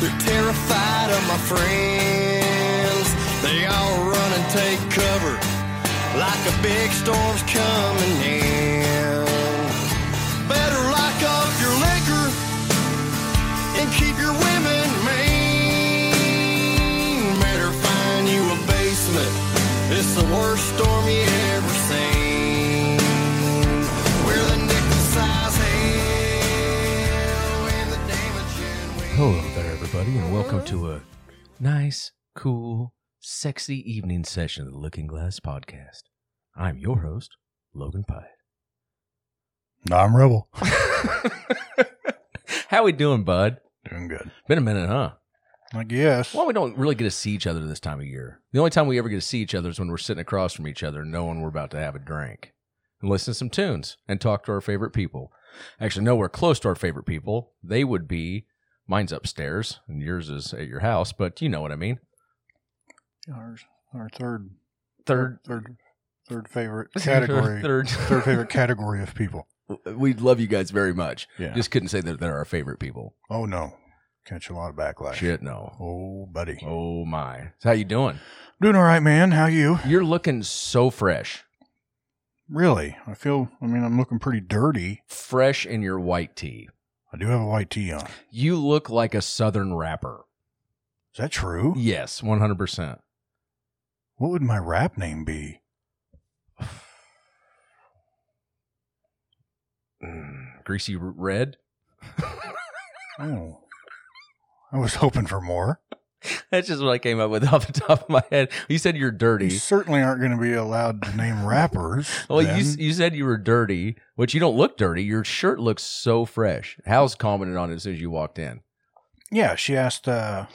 They're terrified of my friends. They all run and take cover like a big storm's coming in. Better lock up your liquor and keep your women mean. Better find you a basement. It's the worst storm you ever seen. We're the nickel size hell and the damaging we Hello there, everybody, and welcome to a nice, cool, sexy evening session of the Looking Glass Podcast. I'm your host, Logan I'm Rebel. Pyatt. How we doing, bud? Doing good. Been a minute, huh? I guess. Well, we don't really get to see each other this time of year. The only time we ever get to see each other is when we're sitting across from each other, knowing we're about to have a drink and listen to some tunes and talk to our favorite people. Actually, nowhere close to our favorite people. They would be mine's upstairs and yours is at your house, but you know what I mean. Our, our third, Third third, third favorite category. Third. third favorite category of people. We love you guys very much. Yeah. Just couldn't say that they're our favorite people. oh no, catch a lot of backlash. Shit, no. Oh, buddy. Oh my. So how you doing? Doing all right, man. How you? You're looking so fresh. Really? I feel. I mean, I'm looking pretty dirty. Fresh in your white tee. I do have a white tee on. Is You look like a southern rapper. that true? Yes, 100%. What would my rap name be? Mm, greasy r- red? Oh, I was hoping for more. That's just what I came up with off the top of my head. You said you're You dirty. certainly aren't going to be allowed to name rappers. Well, you, then. s- you said you were dirty, which you don't look dirty. Your shirt looks so fresh. Hal's commented on it as soon as you walked in. Yeah, she asked. Uh,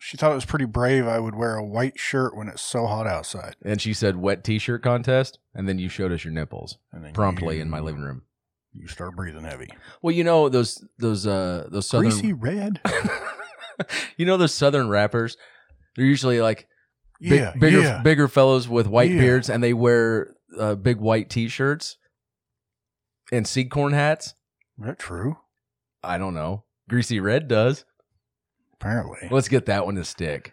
she thought it was pretty brave. I would wear a white shirt when it's so hot outside. And she said, wet t shirt contest. And then you showed us your nipples And then promptly you- in my living room. you start breathing heavy. Well, you know, those, those, uh, those southern. Greasy red. you know, those southern rappers, they're usually like, Big, Yeah, bigger yeah. bigger fellows with white Yeah. beards and they wear uh, big white t-shirts and seed corn hats Is that true? i don't know greasy red does Apparently. let's get that one to stick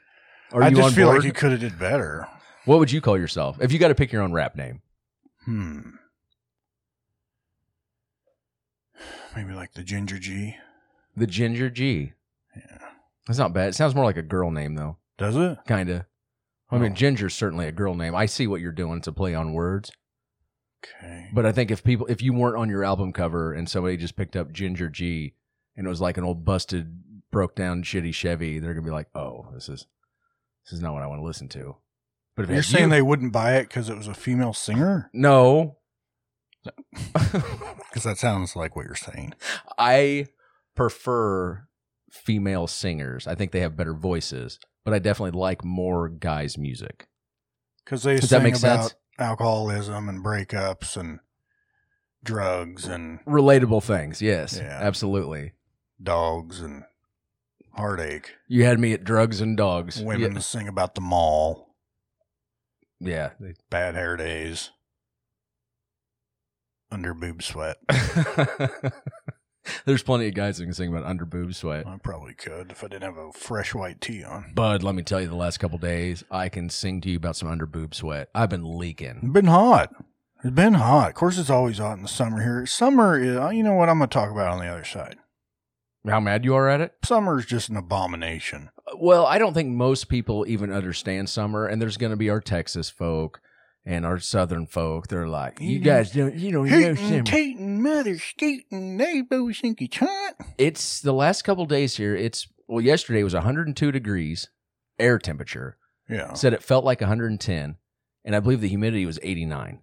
are I you on just feel board like you could have did better. what would you call yourself if you got to pick your own rap name Hmm. Maybe like the Ginger G. the ginger g Yeah. that's not bad it sounds more like a girl name though Does it? kinda i mean Oh. ginger's certainly a girl name i see what you're doing to play on words Okay. But I think if people, if you weren't on your album cover and somebody just picked up Ginger G and it was like an old busted, broke down, shitty Chevy, they're gonna be like, "Oh, this is this is not what I want to listen to." But if You're it's saying you- they wouldn't buy it because it was a female singer? no, Because that sounds like what you're saying. I prefer female singers. I think they have better voices, but I definitely like more guys' music. Because they Does that sing make about sense? alcoholism and breakups and drugs and Relatable things, yes, Yeah. absolutely. dogs and heartache. You had me at drugs and dogs. Women sing about the mall, yeah. yeah. bad hair days, under boob sweat. There's plenty of guys that can sing about under boob sweat. I probably could if I didn't have a fresh white tee on. Bud, let me tell you, the last couple days, I can sing to you about some under boob sweat. I've been leaking. It's been hot. It's been hot. Of course, it's always hot in the summer here. Summer is, uh, you know what I'm going to talk about on the other side. How mad you are at it? Summer is just an abomination. Well, I don't think most people even understand summer, and there's going to be our Texas folk and our Southern folk. They're like, you Mhm. guys don't, Oh, you don't know Hootin', summer. tootin', mother scootin', they both think it's hot. It's the last couple days here. It's well, yesterday was 102 degrees air temperature. Yeah. Said it felt like 110, and I believe the humidity was 89.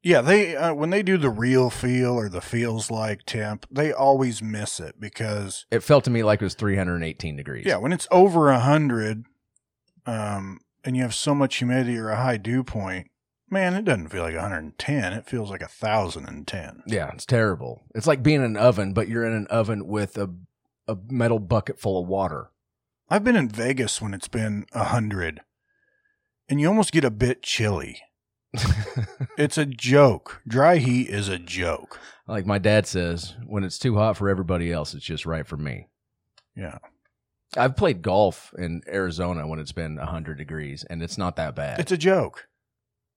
Yeah, they uh, when they do the real feel or the feels like temp, they always miss it because It felt to me like it was 318 degrees. yeah, when it's over a hundred, um, and you have so much humidity or a high dew point, man, it doesn't feel like 110. It feels like a thousand and ten. Yeah, it's terrible. It's like being in an oven, but you're in an oven with a a metal bucket full of water. I've been in Vegas when it's been a hundred, and you almost get a bit chilly. It's a joke. Dry heat is a joke. like my dad says, when it's too hot for everybody else, it's just right for me. Yeah. I've played golf in Arizona when it's been 100 degrees and it's not that bad. It's a joke.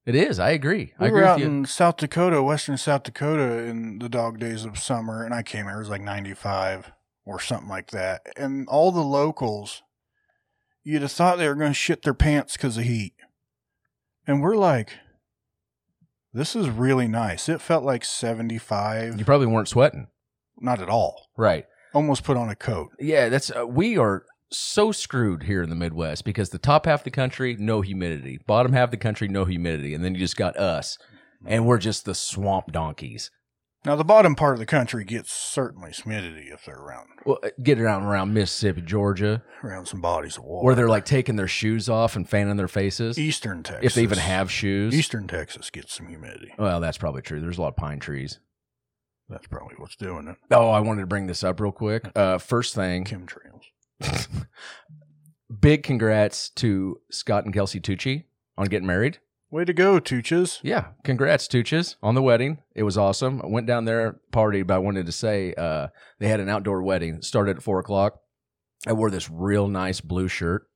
it is. I agree. I We agree were with out you. in South Dakota, Western South Dakota, in the dog days of summer, and I came here. It was like 95 or something like that. And all the locals, you'd have thought they were going to shit their pants because of heat. And we're like, this is really nice. It felt like 75. you probably weren't sweating. Not at all. Right. Almost put on a coat. Yeah, that's uh, we are so screwed here in the Midwest because the top half of the country no humidity, bottom half of the country no humidity, and then you just got us, and we're just the swamp donkeys. Now, the bottom part of the country gets certainly humidity if they're around, Well, uh, get around around Mississippi, Georgia, around some bodies of water. where they're like taking their shoes off and fanning their faces, Eastern E Texas. if they even have shoes. Eastern Texas gets some humidity. Well, that's probably true. There's a lot of pine trees. That's probably what's doing it. Oh, I wanted to bring this up real quick. Uh, first thing, Chemtrails. big congrats to Scott and Kelsey Tucci on getting married. Way to go, Tooches. Yeah, congrats, Tooches, on the wedding. It was awesome. I went down there, partied, but I wanted to say uh, they had an outdoor wedding. It started at four o'clock. I wore this real nice blue shirt.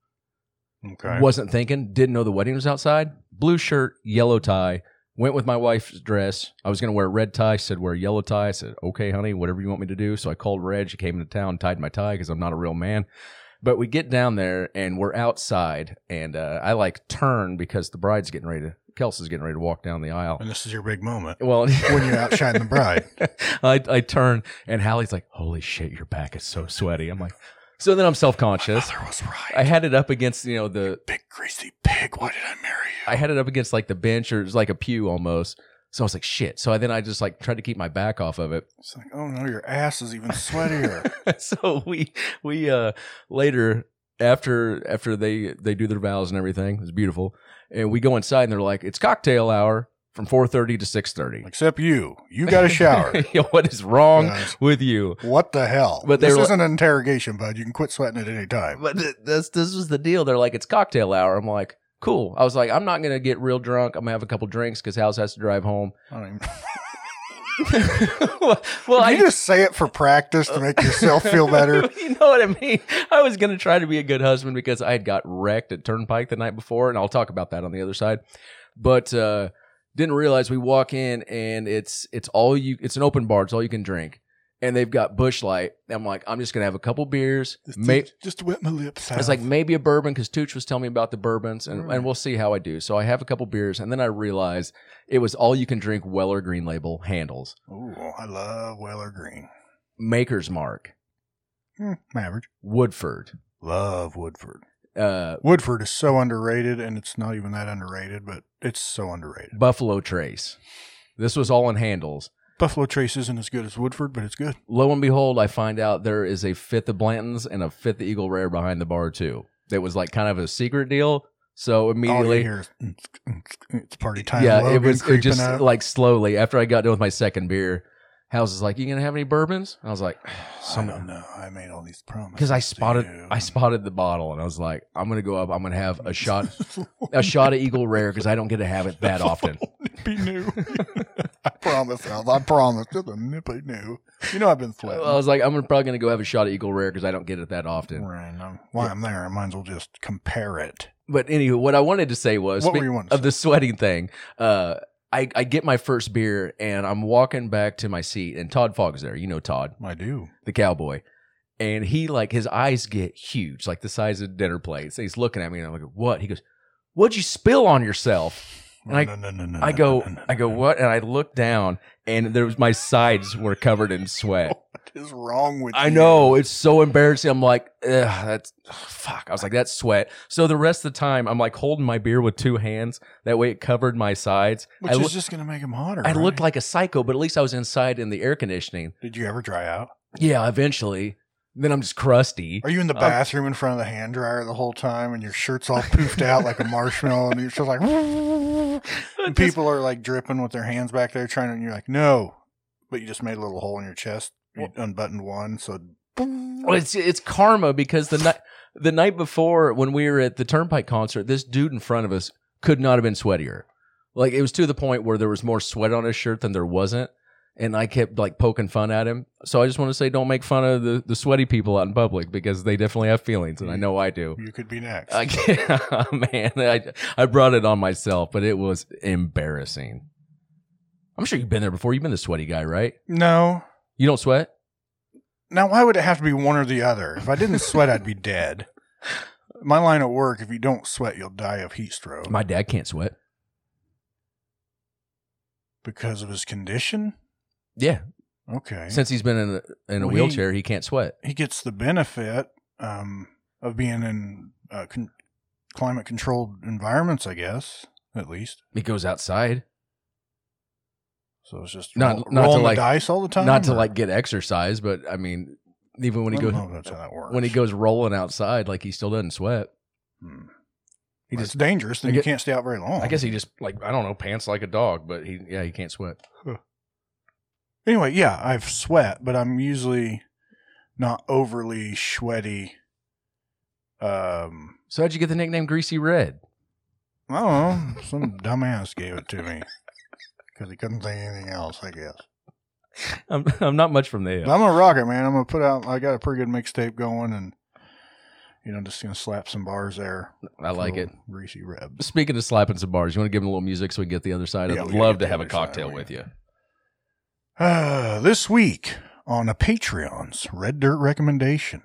Okay. Wasn't thinking, didn't know the wedding was outside. Blue shirt, yellow tie. Went with my wife's dress. I was going to wear a red tie. She said, wear a yellow tie. I said, okay, honey, whatever you want me to do. So I called Red. She came into town, tied my tie because I'm not a real man. But we get down there and we're outside. And uh, I like turn because the bride's getting ready to, Kelsey's getting ready to walk down the aisle. And this is your big moment Well, when you outshine the bride. I, I turn and Hallie's like, "Holy shit, your back is so sweaty." I'm like, so then I'm self conscious. Mother was right. I had it up against you know the Big greasy pig. Why did I marry you? I had it up against like the bench or it was like a pew almost. So I was like, shit. So I, then I just like tried to keep my back off of it. It's like, oh no, your ass is even sweatier. so we we uh later after after they they do their vows and everything, it's beautiful. And we go inside and they're like, it's cocktail hour from four thirty to six thirty. Except you. You got a shower. what is wrong Guys, with you? what the hell? But they this were like- isn't an interrogation, bud. You can quit sweating at any time. But th- this this was the deal. They're like, it's cocktail hour. I'm like, cool. I was like, I'm not gonna get real drunk. I'm gonna have a couple drinks because House has to drive home. I don't even- well, well, Did I you just say it for practice to make yourself feel better. you know what I mean. I was gonna try to be a good husband because I had got wrecked at Turnpike the night before, and I'll talk about that on the other side. But uh, didn't realize we walk in and it's it's all you. It's an open bar. It's all you can drink. And they've got Bush Light. I'm like, I'm just gonna have a couple beers. Just, may- just wet my lips out. It's like maybe a bourbon because Tooch was telling me about the bourbons, and, Mm. and we'll see how I do. So I have a couple beers, and then I realize it was all you can drink Weller Green Label handles, Ooh, I love Weller Green. Maker's Mark, Hmm, average. Woodford. Love Woodford. Uh, Woodford is so underrated, and it's not even that underrated, but it's so underrated. Buffalo Trace. This was all in handles. Buffalo Trace isn't as good as Woodford, but it's good. Lo and behold, I find out there is a fifth of Blanton's and a fifth of Eagle Rare behind the bar too. That was like kind of a secret deal. So All you immediately, hear is "Mm, it's party time. yeah, Logan it was it creeping just up. like slowly after I got done with my second beer. House is like, you gonna have any bourbons? I was like, I some don't know. I made all these promises because I to spotted you. I spotted the bottle and I was like, I'm gonna go up. I'm gonna have a shot a shot of Eagle Rare because I don't get to have it that often. Nippy new. I promise, Al. I promise. Just a nippy new. You know I've been I sweating. was like, I'm gonna- probably gonna go have a shot of Eagle Rare because I don't get it that often. Right, I'm- Why I'm there, I might as well just compare it. But anyway, what I wanted to say was What were spe- you wanting to of the sweating thing. Uh, I I get my first beer and I'm walking back to my seat and Todd Fogg's there. You know Todd. I do. the cowboy. And he like his eyes get huge, like the size of dinner plates. He's looking at me and I'm like, "What?" He goes, "What'd you spill on yourself?" And I- no, no, no, I no, go, no, no, no, I go, no. what? And I look down, and there was my sides were covered in sweat. What is wrong with I you? know it's so embarrassing. I'm like, Ugh, that's ugh, fuck. I was like, that's sweat. So the rest of the time, I'm like holding my beer with two hands. That way, it covered my sides. Which I, is loo- just going to make them hotter. I looked right? like a psycho, but at least I was inside in the air conditioning. Did you ever dry out? Yeah, eventually. Then I'm just crusty. Are you in the Um, bathroom in front of the hand dryer the whole time and your shirt's all poofed out like a marshmallow and you're just like, and people are like dripping with their hands back there trying to, and you're like, no. But you just made a little hole in your chest. You unbuttoned one. So, Well, it's it's karma because the night the night before when we were at the Turnpike concert, this dude in front of us could not have been sweatier. Like it was to the point where there was more sweat on his shirt than there wasn't, and I kept like poking fun at him. So I just want to say, don't make fun of the, the sweaty people out in public because they definitely have feelings, and I know I do. you could be next. I can't- oh, man, I I brought it on myself, but it was embarrassing. I'm sure you've been there before. You've been the sweaty guy, right? no. You don't sweat. Now, why would it have to be one or the other? If I didn't sweat, I'd be dead. My line at work, if you don't sweat, you'll die of heat stroke My dad can't sweat. because of his condition. Yeah, Okay. Since he's been in a, in a Well, he- wheelchair, he, can't sweat. he gets the benefit um, of being in uh, con- climate controlled environments, I guess, at least. He goes outside, So it's just Not- roll, not to rolling like- the dice all the time. not to or- like get exercise, but I mean, even when he I goes don't know if that's how that works. when he goes rolling outside, like he still doesn't sweat. Hmm. He Well, just, it's dangerous. I Then you guess- can't stay out very long. I guess he just like I don't know, pants like a dog, but he yeah, he can't sweat. Anyway, yeah, I've sweat, but I'm usually not overly sweaty. Um, So how'd you get the nickname Greasy Red? I don't know. Some dumbass gave it to me because he couldn't think of anything else. I guess. I'm I'm not much from there. I'm gonna rock it, man. I'm gonna put out. I got a pretty good mixtape going, and you know, just gonna slap some bars there. I like it. Little Greasy ribs. Speaking of slapping some bars, you want to give him a little music so we can get the other side. Yeah, I'd we gotta love get to the have a other side, cocktail we with you. Uh, this week on a Patreon's Red Dirt recommendation.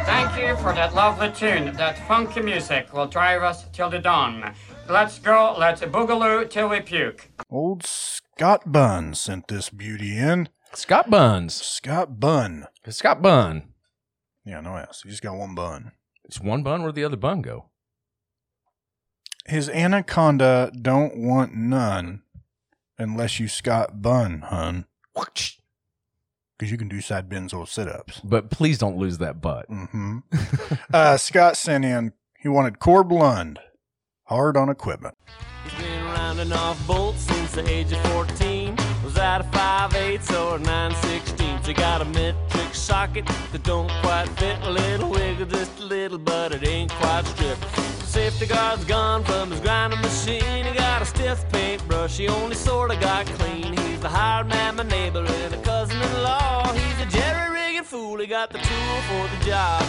Thank you for that lovely tune. That funky music will drive us till the dawn. Let's go, let's boogaloo till we puke. Old Scott Bunn sent this beauty in. Scott Buns. Scott Bunn. Scott Bun. Yeah, no ass. He's got one bun. It's one bun where the other bun go. His anaconda don't want none unless you Scott Bunn, hun. Because you can do side bends or sit ups. But please don't lose that butt. Mm-hmm. uh, Scott sent in, he wanted Core Blund, hard on equipment. He's been rounding off bolts since the age of 14. Was that a 5 8 or a 9 16? You got a metric socket that don't quite fit. A little wiggle, just a little, but it ain't quite stripped. Safety guard's gone from his grinding machine. He got a stiff paintbrush, he only sorta got clean. He's the hired man, my neighbor, and a cousin in law. He's a jerry rigging fool, he got the tool for the job.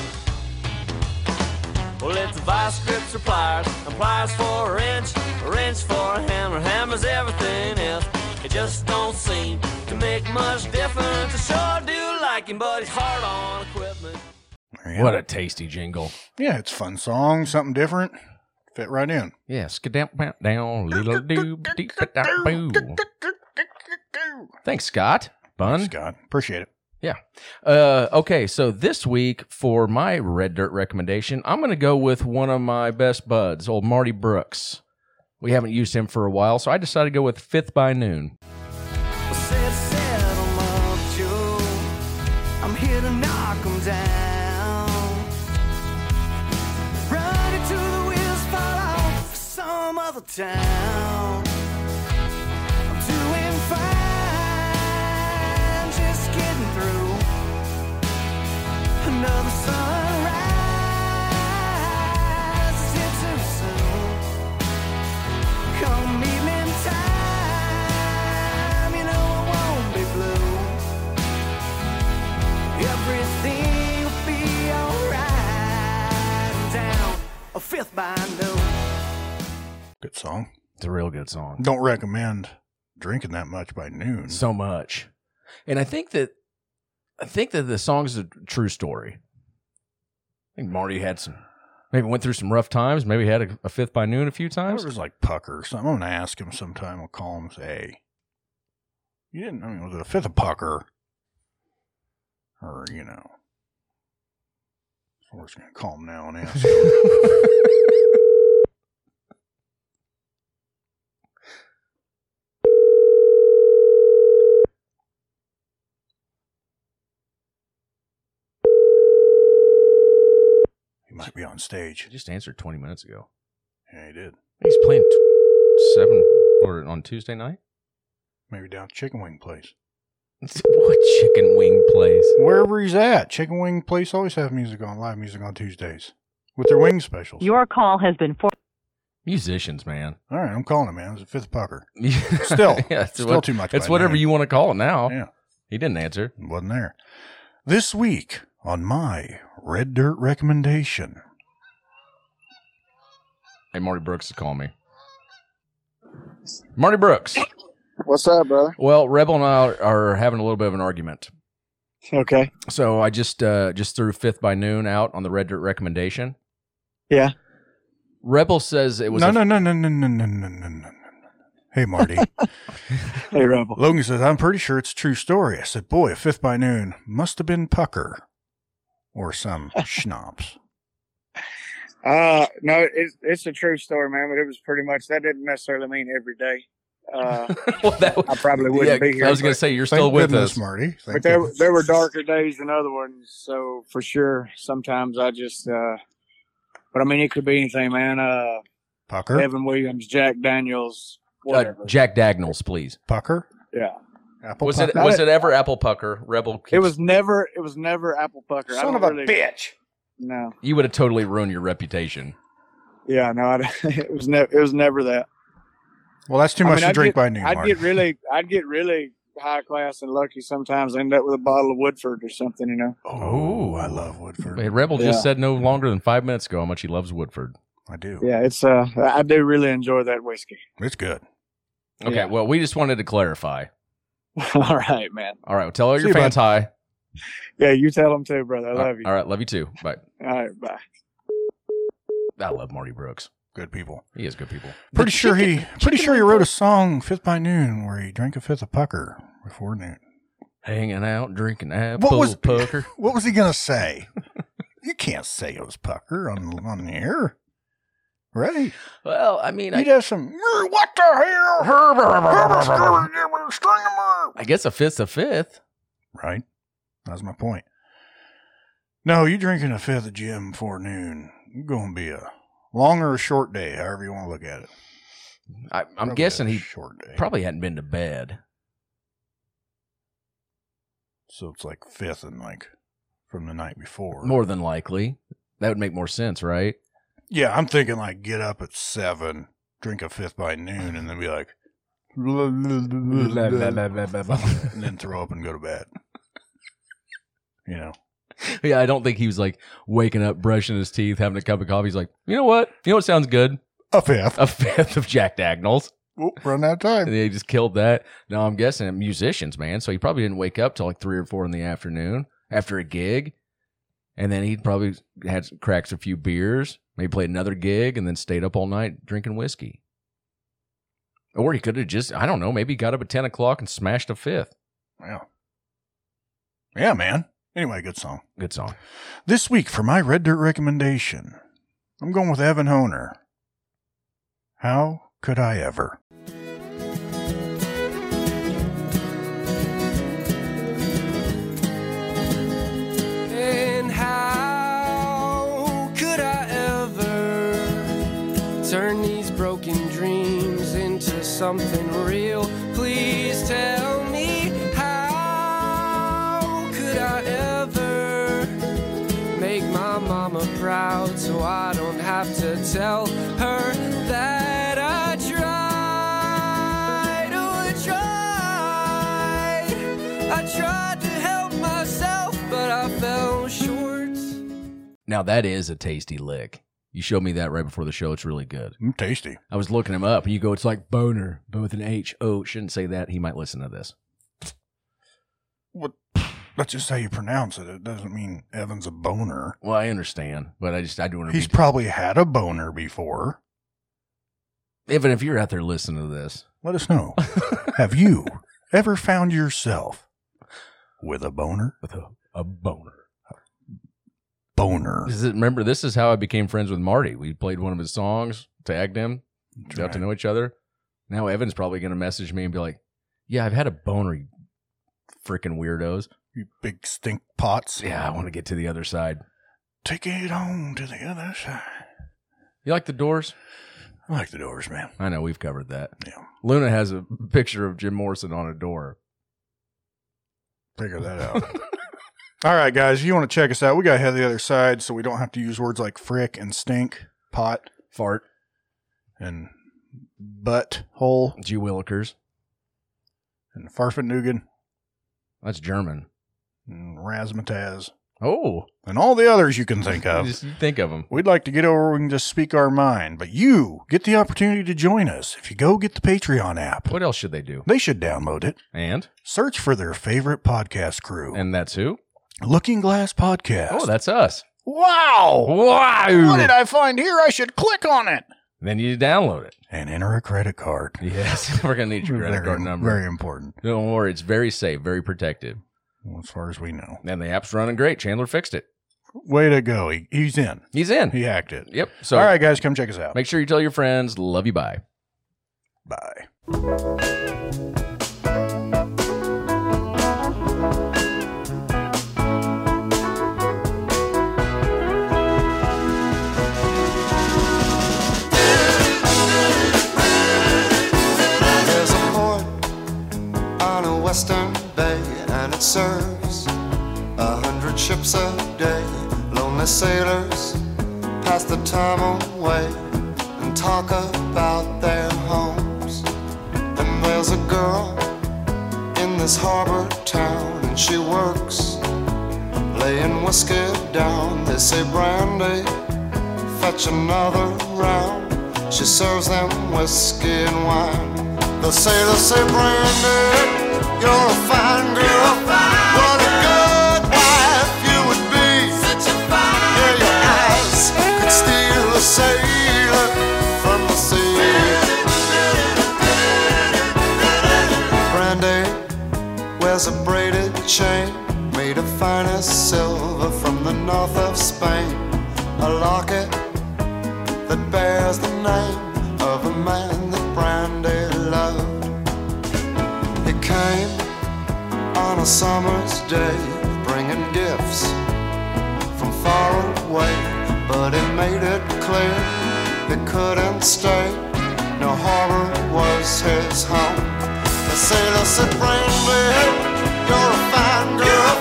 Well, it's vice grips or pliers, and pliers for a wrench, a wrench for a hammer, hammers everything else. It just don't seem to make much difference. I sure do like him, but he's hard on equipment. There you What go. a tasty jingle. yeah, it's a fun song, something different. Fit right in. Yeah, skadamp bamp down, little doob deep da boo. Thanks, Scott. Bun. Scott, appreciate it. Yeah. Uh, okay, so this week for my red dirt recommendation, I'm going to go with one of my best buds, old Marty Brooks. We haven't used him for a while, so I decided to go with Fifth by Noon. Said, settle up, Joe. I'm here to knock 'em down. Run into the wheels, fall off for some other town. I'm doing fine, just getting through. Another sunrise, is it too soon? Come evening time, you know I won't be blue. Everything will be alright down a fifth by noon. Good song. It's a real good song. Don't recommend drinking that much by noon. so much and i think that i think that the song's a true story i think marty had some Maybe went through some rough times. Maybe had a, a fifth by noon a few I times. was like pucker or something. I'm gonna ask him sometime. I'll call him. and Say, hey, you didn't. I mean, was it a fifth of pucker? Or you know, we're just gonna call him now and ask. him. he might be on stage. She just answered 20 minutes ago. Yeah, he did. He's playing t- seven or on Tuesday night. Maybe down at Chicken Wing Place. what chicken wing place? Wherever he's at, Chicken Wing Place always have music on, live music on Tuesdays with their wing specials. Your call has been for. Musicians, man. All right, I'm calling him, man. It's a fifth pucker. Still, it's still what- too much. It's whatever you want to call it now. Yeah. He didn't answer. wasn't there. This week on my Red Dirt recommendation. Hey, Marty Brooks to call me. Marty Brooks. What's up, brother? Well, Rebel and I are having a little bit of an argument. Okay. So I just uh, just threw Fifth by Noon out on the Red Dirt recommendation. Yeah. Rebel says it was No, a- no, no, no, no, no, no, no, no, no. Hey, Marty. Hey, Rebel. Logan says, I'm pretty sure it's a true story. I said, boy, a fifth by noon must have been pucker or some schnapps. Uh, no, it's it's a true story, man. But it was pretty much that didn't necessarily mean every day. Uh, well, that I probably wouldn't be here. I was going but- to say you're still Thank with goodness, us. Marty. Thank but there, goodness. there were darker days than other ones. So for sure, sometimes I just, uh, but I mean, it could be anything, man. Uh, pucker, Evan Williams, Jack Daniels, Uh, whatever. Jack Dagnalls, please. pucker, yeah. apple Was pucker. it was it ever Apple Pucker? Rebel. It keeps- was never, it was never apple pucker. I Son of don't a really- bitch. No. You would have totally ruined your reputation. Yeah, no, I, it was never, it was never that. Well, that's too I much mean, to I'd drink get- by noon, I'd Marty. get really, I'd get really high class and lucky sometimes. End up with a bottle of Woodford or something, you know? oh, I love Woodford. Hey, Rebel just Yeah. said no longer than five minutes ago how much he loves Woodford. I do. Yeah, it's, uh, I I do really enjoy that whiskey. It's good. Okay, Yeah. well, we just wanted to clarify. All right, man. All right, well, tell all See you, your fans hi. Yeah, you tell them too, brother. I All- love you. all right, love you too. Bye. All right, bye. I love Marty Brooks. Good people. He is good people. Pretty sure he. Pretty sure he wrote a song "Fifth by Noon" where he drank a fifth of pucker before noon. Hanging out, drinking apple What was pucker. What was he gonna say? you can't say it was pucker on on the air, right? Well, I mean, He'd I, have some. "Hey, What the hell? I guess a fifth's a fifth. Right. That's my point. No, you drinking a fifth of gin before noon. You're gonna be a long or a short day, however you want to look at it. I, I'm Probably guessing a he short day. probably hadn't been to bed. So it's like fifth and like from the night before. More than likely, that would make more sense, right? Yeah, I'm thinking like get up at seven, drink a fifth by noon, and then be like, and then throw up and go to bed. You know, Yeah, I don't think he was like waking up, brushing his teeth, having a cup of coffee. He's like, you know what? You know what sounds good? a fifth. A fifth of Jack Dagnalls. Oop, run out of And time. they just killed that. Now I'm guessing musicians, man. So he probably didn't wake up till like three or four in the afternoon after a gig, and then he probably had cracks a few beers, maybe played another gig, and then stayed up all night drinking whiskey. Or he could have just, I don't know, maybe got up at ten o'clock and smashed a fifth. Yeah. Yeah, man. Anyway, good song. Good song. This week for my Red Dirt recommendation, I'm going with Evan Honer. How could I ever? And how could I ever turn these broken dreams into something real? Please tell me how could I ever make my mama proud so I don't have to tell her that I tried. Oh, I tried. I tried to help myself, but I fell short. Now that is a tasty lick. You showed me that right before the show. It's really good. Mm, tasty. I was looking him up, and you go, it's like boner, but with an H. Oh, shouldn't say that. He might listen to this. What? That's just how you pronounce it. It doesn't mean Evan's a boner. Well, I understand, but I just I do want to. He's Be, probably had a boner before. Evan, if you're out there listening to this, Let us know. Have you ever found yourself with a boner? with a, a boner. Boner. This is, remember, this is how I became friends with Marty. We played one of his songs, tagged him, got to know each other. Now Evan's probably going to message me and be like, "Yeah, I've had a boner, you freaking weirdos." You big stink pots. Yeah, I want to get to the other side. Take it home to the other side. You like the Doors? I like the doors, man. I know we've covered that. Yeah. Luna has a picture of Jim Morrison on a door. Figure that out. All right, guys, if you want to check us out, we got to head to the other side so we don't have to use words like frick and stink, pot, Fart, and butt hole, G Willikers. and farfanugan, That's German. and razzmatazz, Oh, and all the others you can think of. just think of them. We'd like to get over where we can just speak our mind, but you get the opportunity to join us if you go get the Patreon app. What else should they do? They should download it. And Search for their favorite podcast crew. and that's who? Looking Glass Podcast. Oh, that's us. wow! Wow! What did I find here? I should click on it. Then you download it. And enter a credit card. Yes, we're gonna need your credit very, card number. Very important. Don't worry, it's very safe, very protected, Well, as far as we know. and the app's running great. Chandler fixed it. Way to go. He, he's in. He's in. He hacked it. Yep. So All right, guys, come check us out. make sure you tell your friends. Love you. Bye. Bye. There's a port on a western bay, and it serves a hundred ships a day. Lonely sailors pass the time away and talk about their homes. And there's a girl in this harbor town, and she works laying whiskey down. They say, Brandy, fetch another round. She serves them whiskey and wine. They say, they say, Brandy, you're a fine girl. What a good wife you would be. Such a fine Yeah, your eyes could steal a sailor from the sea. Brandy wears a braided chain made of finest silver from the north of Spain. A locket that bears the name of a man that Brandy loved. He came on a summer's day, bringing gifts from far away, but he made it clear he couldn't stay. No harbor was his home. The sailor said, Brandy, you're a fine girl.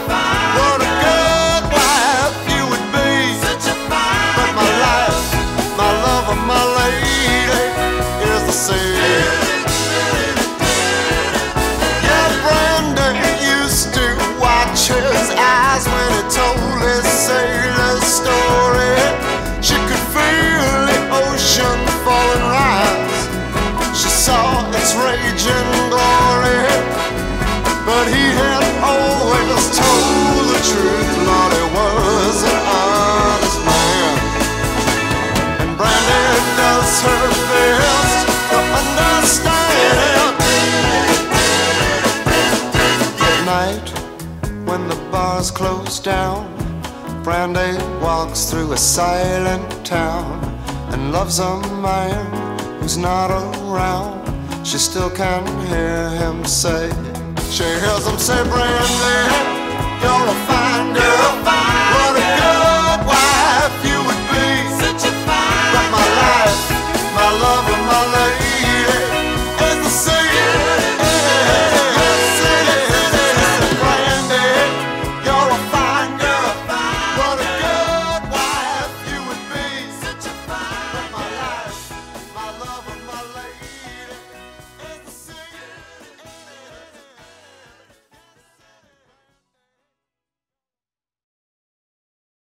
What a good wife you would be. Such a fine But my life, my love, and my lady is the sea. Yeah, Brandon used to watch his eyes when he told his sailor story. She could feel the ocean falling rise. She saw its raging glory. But he had always told the truth. Lord, he was an honest man. And Brandon does her best to understand. At night, when the bars close down, Brandy walks through a silent town and loves a man who's not around. She still can hear him say, She hears him say, Brandy, you're a fine girl. What a girl.